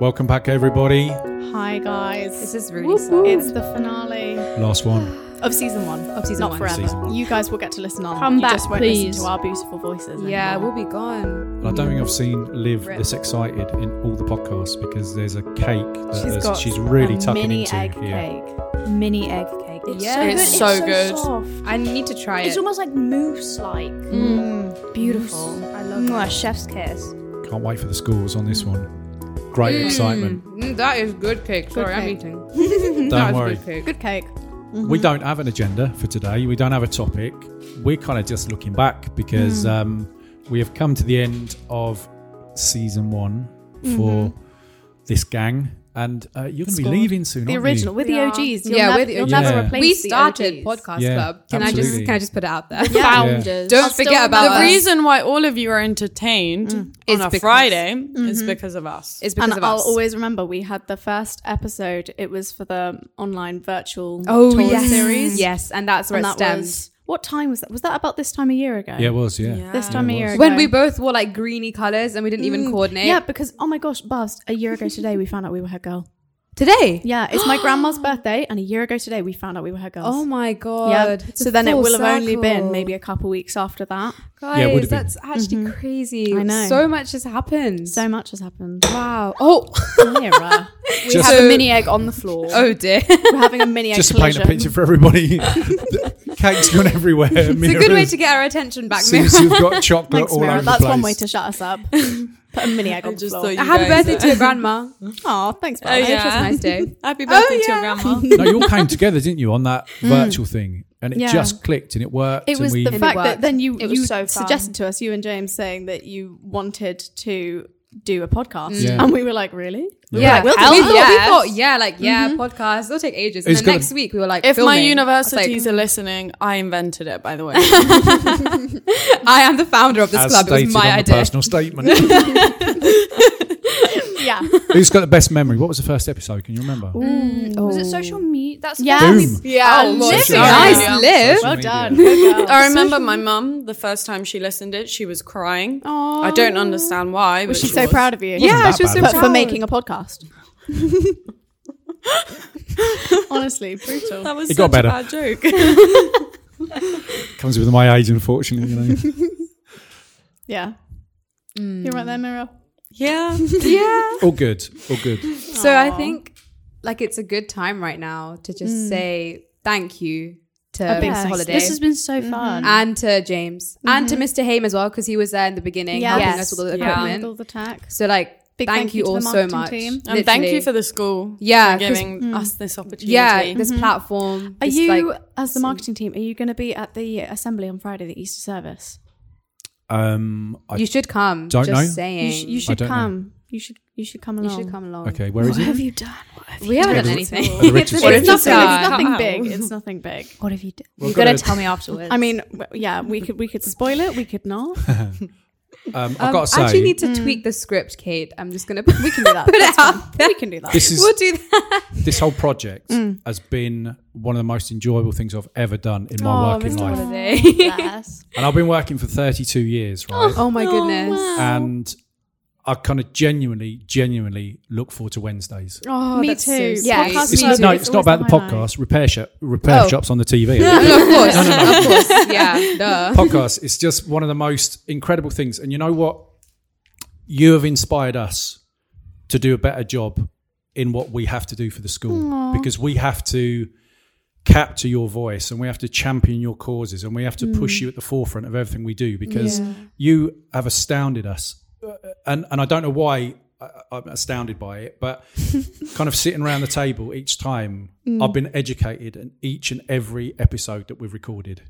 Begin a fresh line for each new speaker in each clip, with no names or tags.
Welcome back, everybody.
Hi guys.
This is really sad.
it's the finale
Last one.
of season one. Of
season
Not
one.
forever.
Season one.
You guys will get to listen on.
Come
you
back,
just won't
please.
listen to our beautiful voices.
yeah,
anymore.
we'll be gone.
And I don't think I've seen Liv
Rip.
this excited in all the podcasts because there's a cake that
She's
there's-
got
she's really
a
tucking
mini
into.
egg
yeah.
cake. Mini egg cake. It's so
Yeah.
Oh,
good.
It's
It's
so
so
good.
soft.
I need to try
It's
it.
almost like mousse like.
Beautiful.
I
Mwah, chef's kiss.
Can't wait for the scores on this one. Great excitement.
Mm, that is good cake. Sorry, I'm
cake.
eating.
Don't
that is
worry.
good cake.
Good cake. Mm-hmm.
We don't have an agenda for today. We don't have a topic. We're kind of just looking back because
Mm.
um, we have come to the end of season one for this gang, and uh, you're going to be
Mm-hmm. Scored.
leaving soon.
The
aren't
original.
You?
With the
Yeah.
OGs. You'll
Yeah,
nev-
with the
you'll
OGs.
never
Yeah.
replace
We
the
started
OGs.
podcast
Yeah,
club. Can I
absolutely.
just can I just put it out there?
Founders.
Don't
are still
forget about
with
us.
us.
The
reason
reason
why all of you are entertained
Mm. It's
on a
because- Mm-hmm.
Friday is because of us.
It's because
And
of
I'll
us.
always remember we had the first episode. It was for the online virtual
oh
tour
yes,
series.
yes, and that's where
And
it
that
stems.
was what time was that? Was that about this time a year ago?
Yeah, it was. Yeah.
This time a
it
year
was.
ago.
When we both wore like greeny colors and we didn't even coordinate.
Mm. Yeah, because oh my gosh, Buzz, a year ago today we found out we were her girl.
Today.
Yeah, it's my grandma's birthday, and a year ago today we found out we were her girls.
Oh my
yeah.
god. It's
So
a
then it
full
will have only been
circle.
maybe a couple weeks after that.
Guys,
it would've been.
that's actually crazy.
I know.
So much has happened.
So much has happened.
wow. Oh.
Lyra.
we
Just-
Have a mini egg on the floor.
Oh dear.
We're having a mini egg
Just to paint
collision.
a picture for everybody, the cake's gone everywhere.
It's a good way to get our attention back. Mira.
Since you've got chocolate
Thanks,
all
Mira.
over
That's
the place.
one way to shut us up. Put a mini egg on the
just
floor.
thought you-
Happy
guys
birthday to your grandma.
Oh, thanks, Buzz.
Oh,
I hope she has a
yeah.
nice day.
Happy birthday to
Oh, yeah.
your grandma.
no, you all came together, didn't you, on that virtual thing? And it
Yeah.
just clicked and it worked.
It
and
was
we,
the
Mm. it
fact that
worked.
then you,
It was
you
so fun.
suggested to us, you and James, saying that you wanted to do a podcast.
Mm. Yeah.
And we were like, really?
Yeah,
we'll
hell
do
we,
that.
thought, we thought, yeah, like yeah, podcast. It'll take ages. And
It's
then
gonna-
next week we were like,
Mm-hmm. If my
filming.
universities
I, was
are listening, I invented it, by the way.
like, I am the founder of this
as
club. It
stated
was
on
my
the
idea.
personal statement.
Yeah.
Who's got the best memory? What was the first episode? Can you remember?
Mm.
Was it social media? That's
Yeah.
Boom.
Yeah,
Oh,
living.
Social
nice
media.
live.
Social
Well
media.
done. Good girl.
I remember my mum, the first time she listened it, she was crying. I don't understand why. but
Was she
she
so
was.
proud of you?
Wasn't
Yeah,
that
she
bad,
was so
was
But
it?
for
proud.
making a podcast. Honestly, brutal.
That was
It
such
got better.
a bad joke.
Comes with my age, unfortunately. You know.
Yeah.
Mm.
You're right there, Mira.
yeah.
Yeah.
all good. All good.
So I think like it's a good time right now to just
Mm.
say thank you to
A big
Miss
thanks.
Holiday.
This has been so
Mm-hmm.
fun.
and to James and to Mr. Haim as well because he was there in the beginning
Yes.
helping us with all the
Yeah.
equipment.
All the tax.
So like,
Big
thank,
thank
you
you to
all
the
so
marketing
much.
team. And
And thank
Literally.
you for the school
Yeah,
for
'cause- mm.
giving us this opportunity.
yeah this platform.
Are
this,
you,
like,
as the marketing team, are you going to be at the assembly on Friday, the Easter service?
Um, I,
you should come.
Don't
just
know.
saying.
You, sh- you should
don't know.
come. You should. You should come
You
along.
should come along.
okay, where is
What
it?
have you done? What have you
We haven't
Yeah,
done
the-
anything.
the
It's
Richardson.
a
What if
It's
bit
nothing,
dark.
it's nothing
Wow.
big. It's nothing big.
what have you done?
We've
You've got to
gotta-
tell me afterwards.
I mean, w- yeah, we could we could spoil it. We could not.
Um,
Um,
I've got to
I actually
say,
need to tweak the script, Kate. I'm just gonna. Mm. We can
do that.
Put it out.
we can do that.
this is
We'll do that.
this whole project
Mm.
has been one of the most enjoyable things I've ever done in
Oh,
my
Oh,
working life.
Holiday.
And I've been working for 32 years, right?
oh my goodness.
And I kind of genuinely, genuinely look forward to Wednesdays.
Oh,
Me
that's so
too.
sweet.
Yeah,
It's
Lovely.
not, no,
It's
it's not
always
about the
the highlight.
podcast. Repair shop, repair
Oh.
shops on the TV.
No, of course, of course. Yeah, duh.
podcast. It's just one of the most incredible things. And you know what? You have inspired us to do a better job in what we have to do for the school because we have to capture your voice and we have to champion your causes and we have to
Mm.
push you at the forefront of everything we do because you have astounded us. Uh, And and I don't know why I- I'm astounded by it, but kind of sitting around the table each time,
Mm.
I've been educated in each and every episode that we've recorded.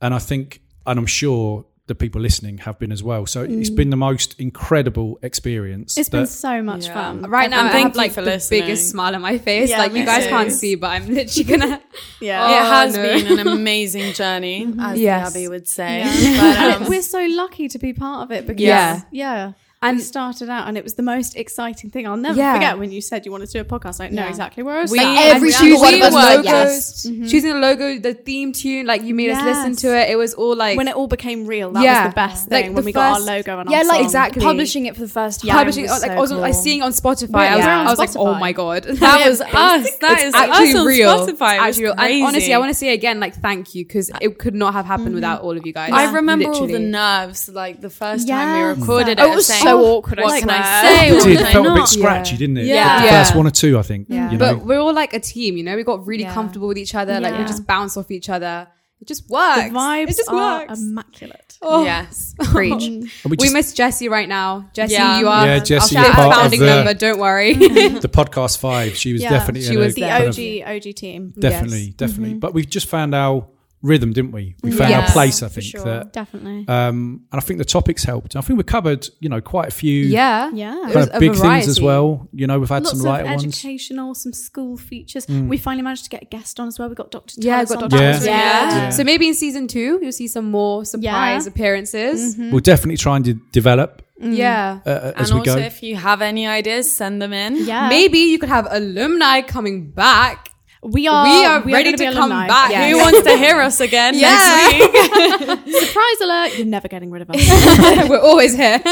And I think, and I'm sure the people listening have been as well. So it's
Mm.
been the most incredible experience.
It's been
that-
so much
Yeah.
fun.
Right now,
And
I
thank
have
you
like
for
the
listening.
biggest smile on my face.
Yeah,
like you
me
guys
too.
can't see, but I'm literally gonna.
Yeah.
It
Oh,
has
no.
been an amazing journey, as the
Yes.
Abby would say.
Yeah.
But, um,
We're so lucky to be part of it because yeah,
Yeah.
yeah. And
And-
started out, and it was the most exciting thing. I'll never
Yeah.
forget when you said you wanted to do a podcast. I know
Yeah.
exactly where I was.
We-
sat.
Like,
every
every
choosing
single one of
logos,
us was like,
yes.
choosing the logo, the theme tune. Like you made us listen
Yes.
to it. It was all like
when it all became real, that
Yeah.
was the best
Like
thing
the
when we got our
first-
logo and
yeah,
our
like
song.
exactly.
publishing it for the first time.
publishing,
was
I was like,
so
I was I was
cool.
seeing it on Spotify.
Yeah.
I was,
Yeah.
I was like,
Spotify.
oh my god, that was us. That
It's
is
actually
actually
us on
real. It's
Spotify. It was
actually real. And
crazy.
honestly, I want to say again, like, thank you because it could not have
Mm-hmm.
happened without all of you guys.
I remember all the
Literally.
nerves, like the first time we
Yes.
recorded it.
Oh, it
of
was
saying,
so awkward, I
What can I
swear."
say?
It
What
did.
can I
felt a bit
not?
scratchy,
Yeah.
didn't it?
Yeah.
The first
Yeah.
one or two, I think. You know?
But we're all like a team, you know. We got really
Yeah.
comfortable with each other. Like we
Yeah.
just bounce off each other. It just works.
The vibes
it just
are
works.
immaculate. Um,
Yes.
Preach.
And
We,
just-
miss Jessie right now. Jessie,
Yeah.
you are
Yeah,
our
Jessie,
fifth
you're part of
founding
the-
member. Don't worry.
the podcast five. She was
Yeah.
definitely
She
in
was
a,
The
Yeah.
kind of-
OG OG team,
definitely,
Yes.
definitely. But we've just found our rhythm, didn't we? We found our
Yes,
place. I
for
think
sure.
that,
definitely.
um, and I think the topics helped. I think we covered, you know, quite a few
yeah.
Yeah.
It was
kind
a
of big things as
variety.
well. You know, we've had
Lots
some lighter
of
ones. Hmm.
educational, some school features. We finally managed to get a guest on as well. We got Dr.
Yeah,
Tallis
got
on.
Dr.
That was
Yeah.
really
Yeah.
good.
Yeah.
So maybe in season two, you'll see some more surprise
Yeah.
appearances.
We'll definitely try and de- develop
Yeah.
uh, uh,
And
as we
also,
go.
if you have any ideas, send them in.
Yeah.
Maybe you could have alumni coming back.
we are,
we are ready
gonna
to
be
come
alumni.
back.
Yeah.
Who wants to hear us again next week?
Surprise alert. You're never getting rid of us.
We're always here.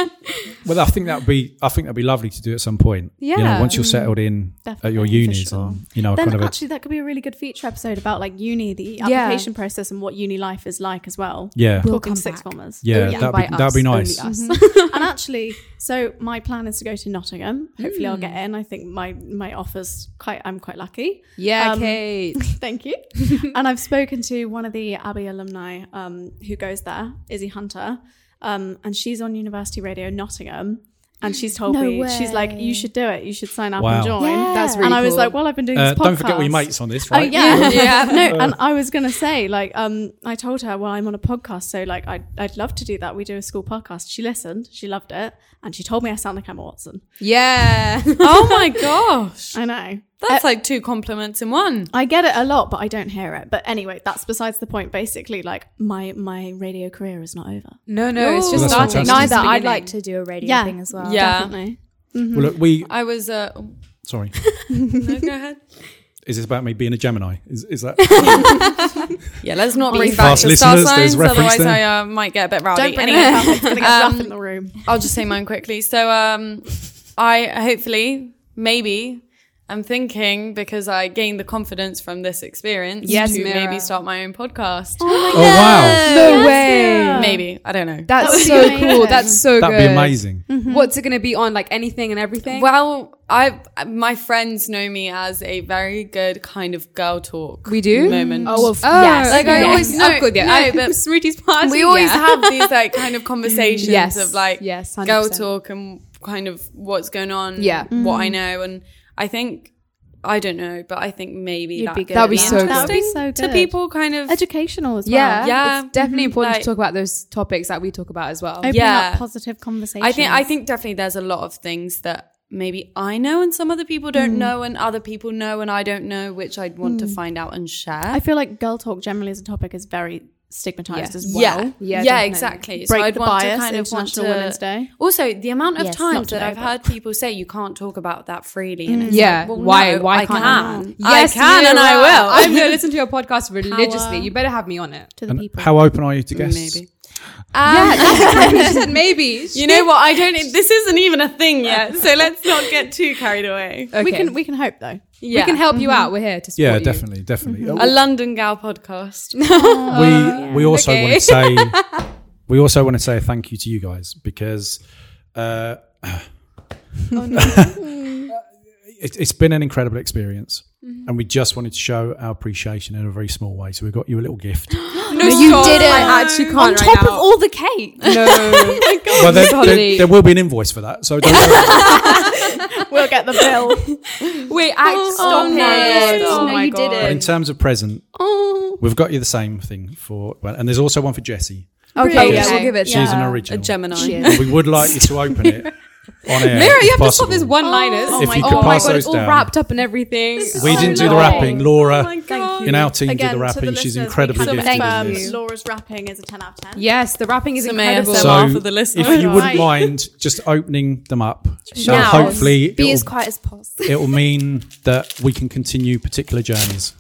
Well, I think that would be. I think that'd be lovely to do at some point. You know,
Yeah.
once you're settled in at your
Definitely, for
unis,
sure.
and, you know,
then
kind of. A,
actually, that could be a really good feature episode about like uni, the
Yeah.
application process, and what uni life is like as well. Oh,
yeah.
We'll
Talking
come
to six
back.
formers.
Yeah,
Only
that'd
by
be, that'd be
us,
nice.
only us.
and actually, so my plan is to go to Nottingham. Hopefully, I'll get in. I think my my offer's quite. I'm quite lucky.
Yeah,
Um,
Kate.
Thank you. and I've spoken to one of the Abbey alumni um, who goes there, Izzy Hunter, um, and she's on University Radio Nottingham. And she's told
No
me, she's like, you
way.
should do it. You should sign up
Wow.
and join.
Yeah.
That's really
and I was
cool.
like, well, I've been doing
Uh,
this podcast.
don't forget all your mates on this,
Oh
right?
yeah,
Yeah.
No,
Uh.
and I was gonna say, like, um, I told her, well, I'm on a podcast, so like, I'd, I'd love to do that. We do a school podcast. She listened, she loved it, and she told me I sound like Emma Watson.
Yeah.
Oh my gosh. Uh,
I know.
That's like two compliments in one.
I get it a lot, but I don't hear it. But anyway, that's besides the point. Basically, like my my radio career is not over.
No, no, it's
Ooh.
just
That's
starting.
fantastic.
Neither. I'd
beginning.
like to do a radio
Yeah.
thing as well.
Yeah.
Definitely.
Well, look, we.
I was, uh, oh,
Sorry.
no, go ahead.
Is this about me being a Gemini? Is, is that?
Yeah, let's not bring back
Past
the star
listeners, there's
signs,
reference
otherwise
there.
I uh, might get a bit rowdy.
Don't bring
Anyway,
it up. It's gonna get rough
Um,
in the room.
I'll just say mine quickly. So, um, I hopefully, maybe, I'm thinking because I gained the confidence from this experience
Yes,
to
Mira.
maybe start my own podcast.
oh wow,
No way.
Maybe I don't know.
That
That's
would
so
be
cool.
amazing.
That's so
that'd
good. Hmm.
be amazing.
What's it going to be on? Like anything and everything?
Well, I my friends know me as a very good kind of girl talk.
we do? Oh,
moment.
yes.
Yes.
Like I
Yes.
always know.
No, no,
but
but-
Smriti's party.
we always
yeah.
have these like kind of conversations
Yes.
of like
Yes,
girl
100%.
talk and kind of what's going on.
Yeah.
what I know, and I think I don't know, but I think maybe
You'd
that
be good
That'd be
at
so
that.
good.
That would be
interesting
so
to
good.
people. Kind of
Educational as well.
Yeah,
Yeah.
It's definitely important
Like-
to talk about those topics that we talk about as well.
Opening
Yeah.
up positive conversation.
I think I think definitely there's a lot of things that maybe I know and some other people don't know and other people know and I don't know, which I'd want to find out and share.
I feel like girl talk generally as a topic is very stigmatized
Yes.
as well.
yeah,
Yeah,
yeah,
definitely.
exactly.
Break
so I'd
the
want
bias,
to kind of want to.
International Women's Day.
Also, the amount of
Yes,
times
not
that
today,
I've
but-
heard people say you can't talk about that freely, and it's
Mm. Yeah.
like, well,
why?
no,
why
I
can't
can?
I? Yes,
I can, and I
Mira.
will.
I'm going to listen to your podcast religiously. You better have me on it.
To the
And uh,
people.
how open are you to guests?
Maybe.
yeah, that's what she said, maybe.
You know what? I don't. e- This isn't even a thing yet, so let's not get too carried away.
Okay.
We can we can hope though.
Yeah.
we can help you out. We're here to support
Yeah,
you. Mm-hmm.
definitely, definitely. Uh,
A London Gal podcast.
we we also
okay.
want to say we also want to say a thank you to you guys because uh,
Oh,
it, it's been an incredible experience,
Mm-hmm.
and we just wanted to show our appreciation in a very small way. So we got you a little gift.
No,
you didn't.
I actually can't
On
right
top
now.
of all the cake.
No.
well, there, there-
Sorry.
there will be an invoice for that, so don't worry.
We'll get the bill.
Wait, I stop
Oh, no.
it.
No,
Oh
you
my God.
But in
didn't.
terms of present,
Oh.
we've got you the same thing for, well, and there's also one for Jessie.
Okay,
Really?
yeah, we'll
Okay.
give it.
She's an
Yeah.
original.
A Gemini.
We would like you to open it on air.
Mira,
if
you have to
possible.
stop this one liners.
If you could pass those
it's all
down.
wrapped up and everything.
We
so
didn't do the
long.
rapping. Laura
Oh God.
in our team did the
to
rapping.
the
She's
listeners, we
incredibly
can
gifted.
thank
in
confirm
this.
Laura's rapping is a 10 out of 10.
Yes, the wrapping is
It's
incredible.
amazing. So- Well, for the listeners.
if you wouldn't
Right.
mind just opening them up, so
Now,
hopefully
be as
it'll,
quiet as possible.
it'll mean that we can continue particular journeys.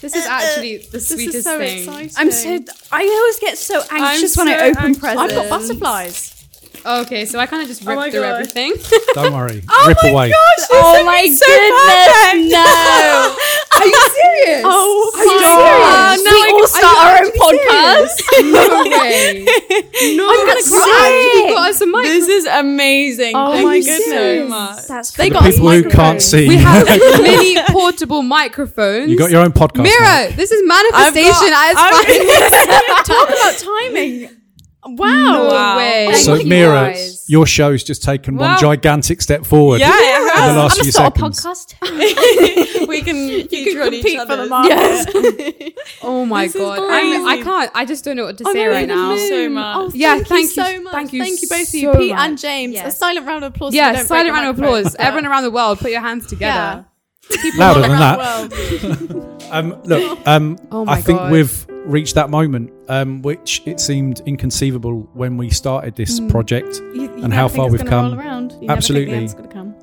This is actually the
This
sweetest
is so
thing.
exciting.
I'm so. I always get so anxious
I'm
when
so
I open
anxious.
presents.
I've got butterflies.
Okay, so I kind of just ripped
my
through
God.
everything.
Don't worry, rip away.
Oh my goodness! No. Are you serious?
Oh,
Are you
God. Uh,
serious?
now I
we all
can-
start
are you
our own podcast.
no way. No,
I'm gonna cry.
You got us a mic.
This is amazing.
Oh
Thank
my
you so
goodness.
much.
That's
For
They
the
got us
people who can't
microphones.
see,
we have mini portable microphones.
you got your own podcast. now.
Mira, this is manifestation
I've got-
as fucking
Talk about timing. Wow.
no
Wow.
way.
So,
Thank you
Mira,
guys.
your show's just taken
Wow.
one gigantic step forward
Yeah, it
in the
has.
last
I'm
few
gonna start a
seconds.
podcast.
we can feature on each
Compete for
other.
the market.
Oh my
is
god. I'm, I
crazy.
can't. I just don't know what to say
no,
right
the
now.
moon. so much.
Oh,
Yeah,
thank,
thank
you
you-
so much.
thank you
both of you,
so
Pete and
much.
James. A
Yes.
silent round of applause. so we
Yeah,
don't
silent
break the
round of
microphone.
applause. Everyone around the world, put your hands together.
Louder than
Around
that.
the world.
Um, look, um,
Oh my
I think
God.
we've reached that moment, um, which it seemed inconceivable when we started this project.
Hmm. You- you
And
never
how
think
far
it's
we've
gonna
come.
roll around. You
Absolutely.
Never think the end's gonna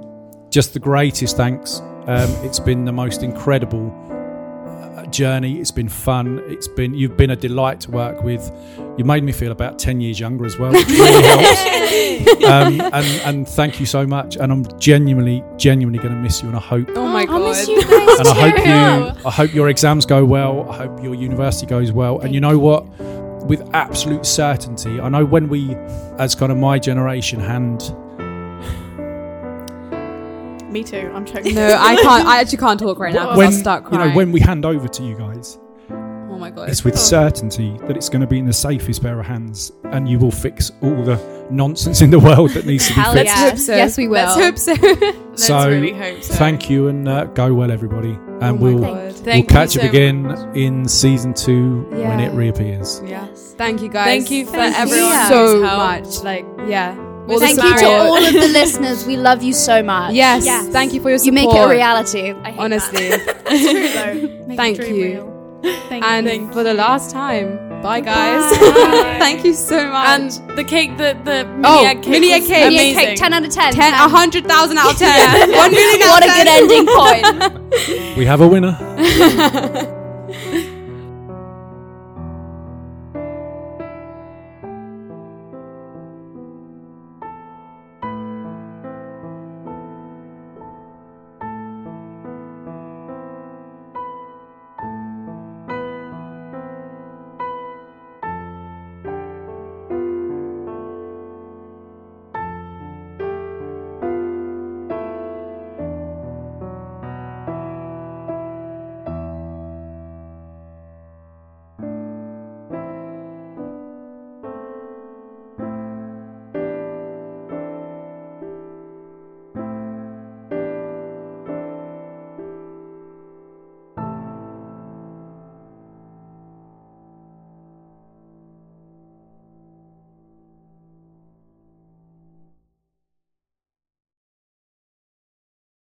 Um, just the greatest thanks. Um, it's been the most incredible uh, journey. It's been fun. It's been you've been a delight to work with. You made me feel about ten years younger as well, which really helps. Um, and, and thank you so much. And I'm genuinely, genuinely going to miss you. And I hope
Oh my god.
I miss you guys
and I hope
too.
you I hope your exams go well. I hope your university goes well. and you know what? With absolute certainty, I know when we, as kind of my generation, hand
Me too. I'm choking.
No, I can't. I actually can't talk right now because
when
I'll start
you
crying.
know when we hand over to you guys,
oh my god.
it's with certainty that it's going to be in the safest pair of hands, and you will fix all the nonsense in the world that needs to be
Hell
fixed.
yeah. Yes, we will.
Let's hope so.
Let's
So,
really hope so.
Thank you, and uh, go well, everybody. And
oh my
we'll
god.
we'll
Thank you
catch
so
up again
much.
in season two when
Yeah.
it reappears.
Yeah.
Thank you guys.
Thank you for
Thank you
everyone
so
who's helped.
much. Like yeah. All the
Thank you to
support.
all of the listeners. We love you so much.
Yes.
Yes.
Thank you for your support.
You make it a reality.
Honestly. Thank
Thank
you.
Thank
and
you.
for the last time. Bye guys.
Bye.
Thank you so much.
And the cake, the the mini
Oh,
egg cake,
mini
was
egg cake. Mini
Mini
amazing.
cake, 10 out of 10.
10 100,000 out of 10.
What a good ending point.
We have a winner.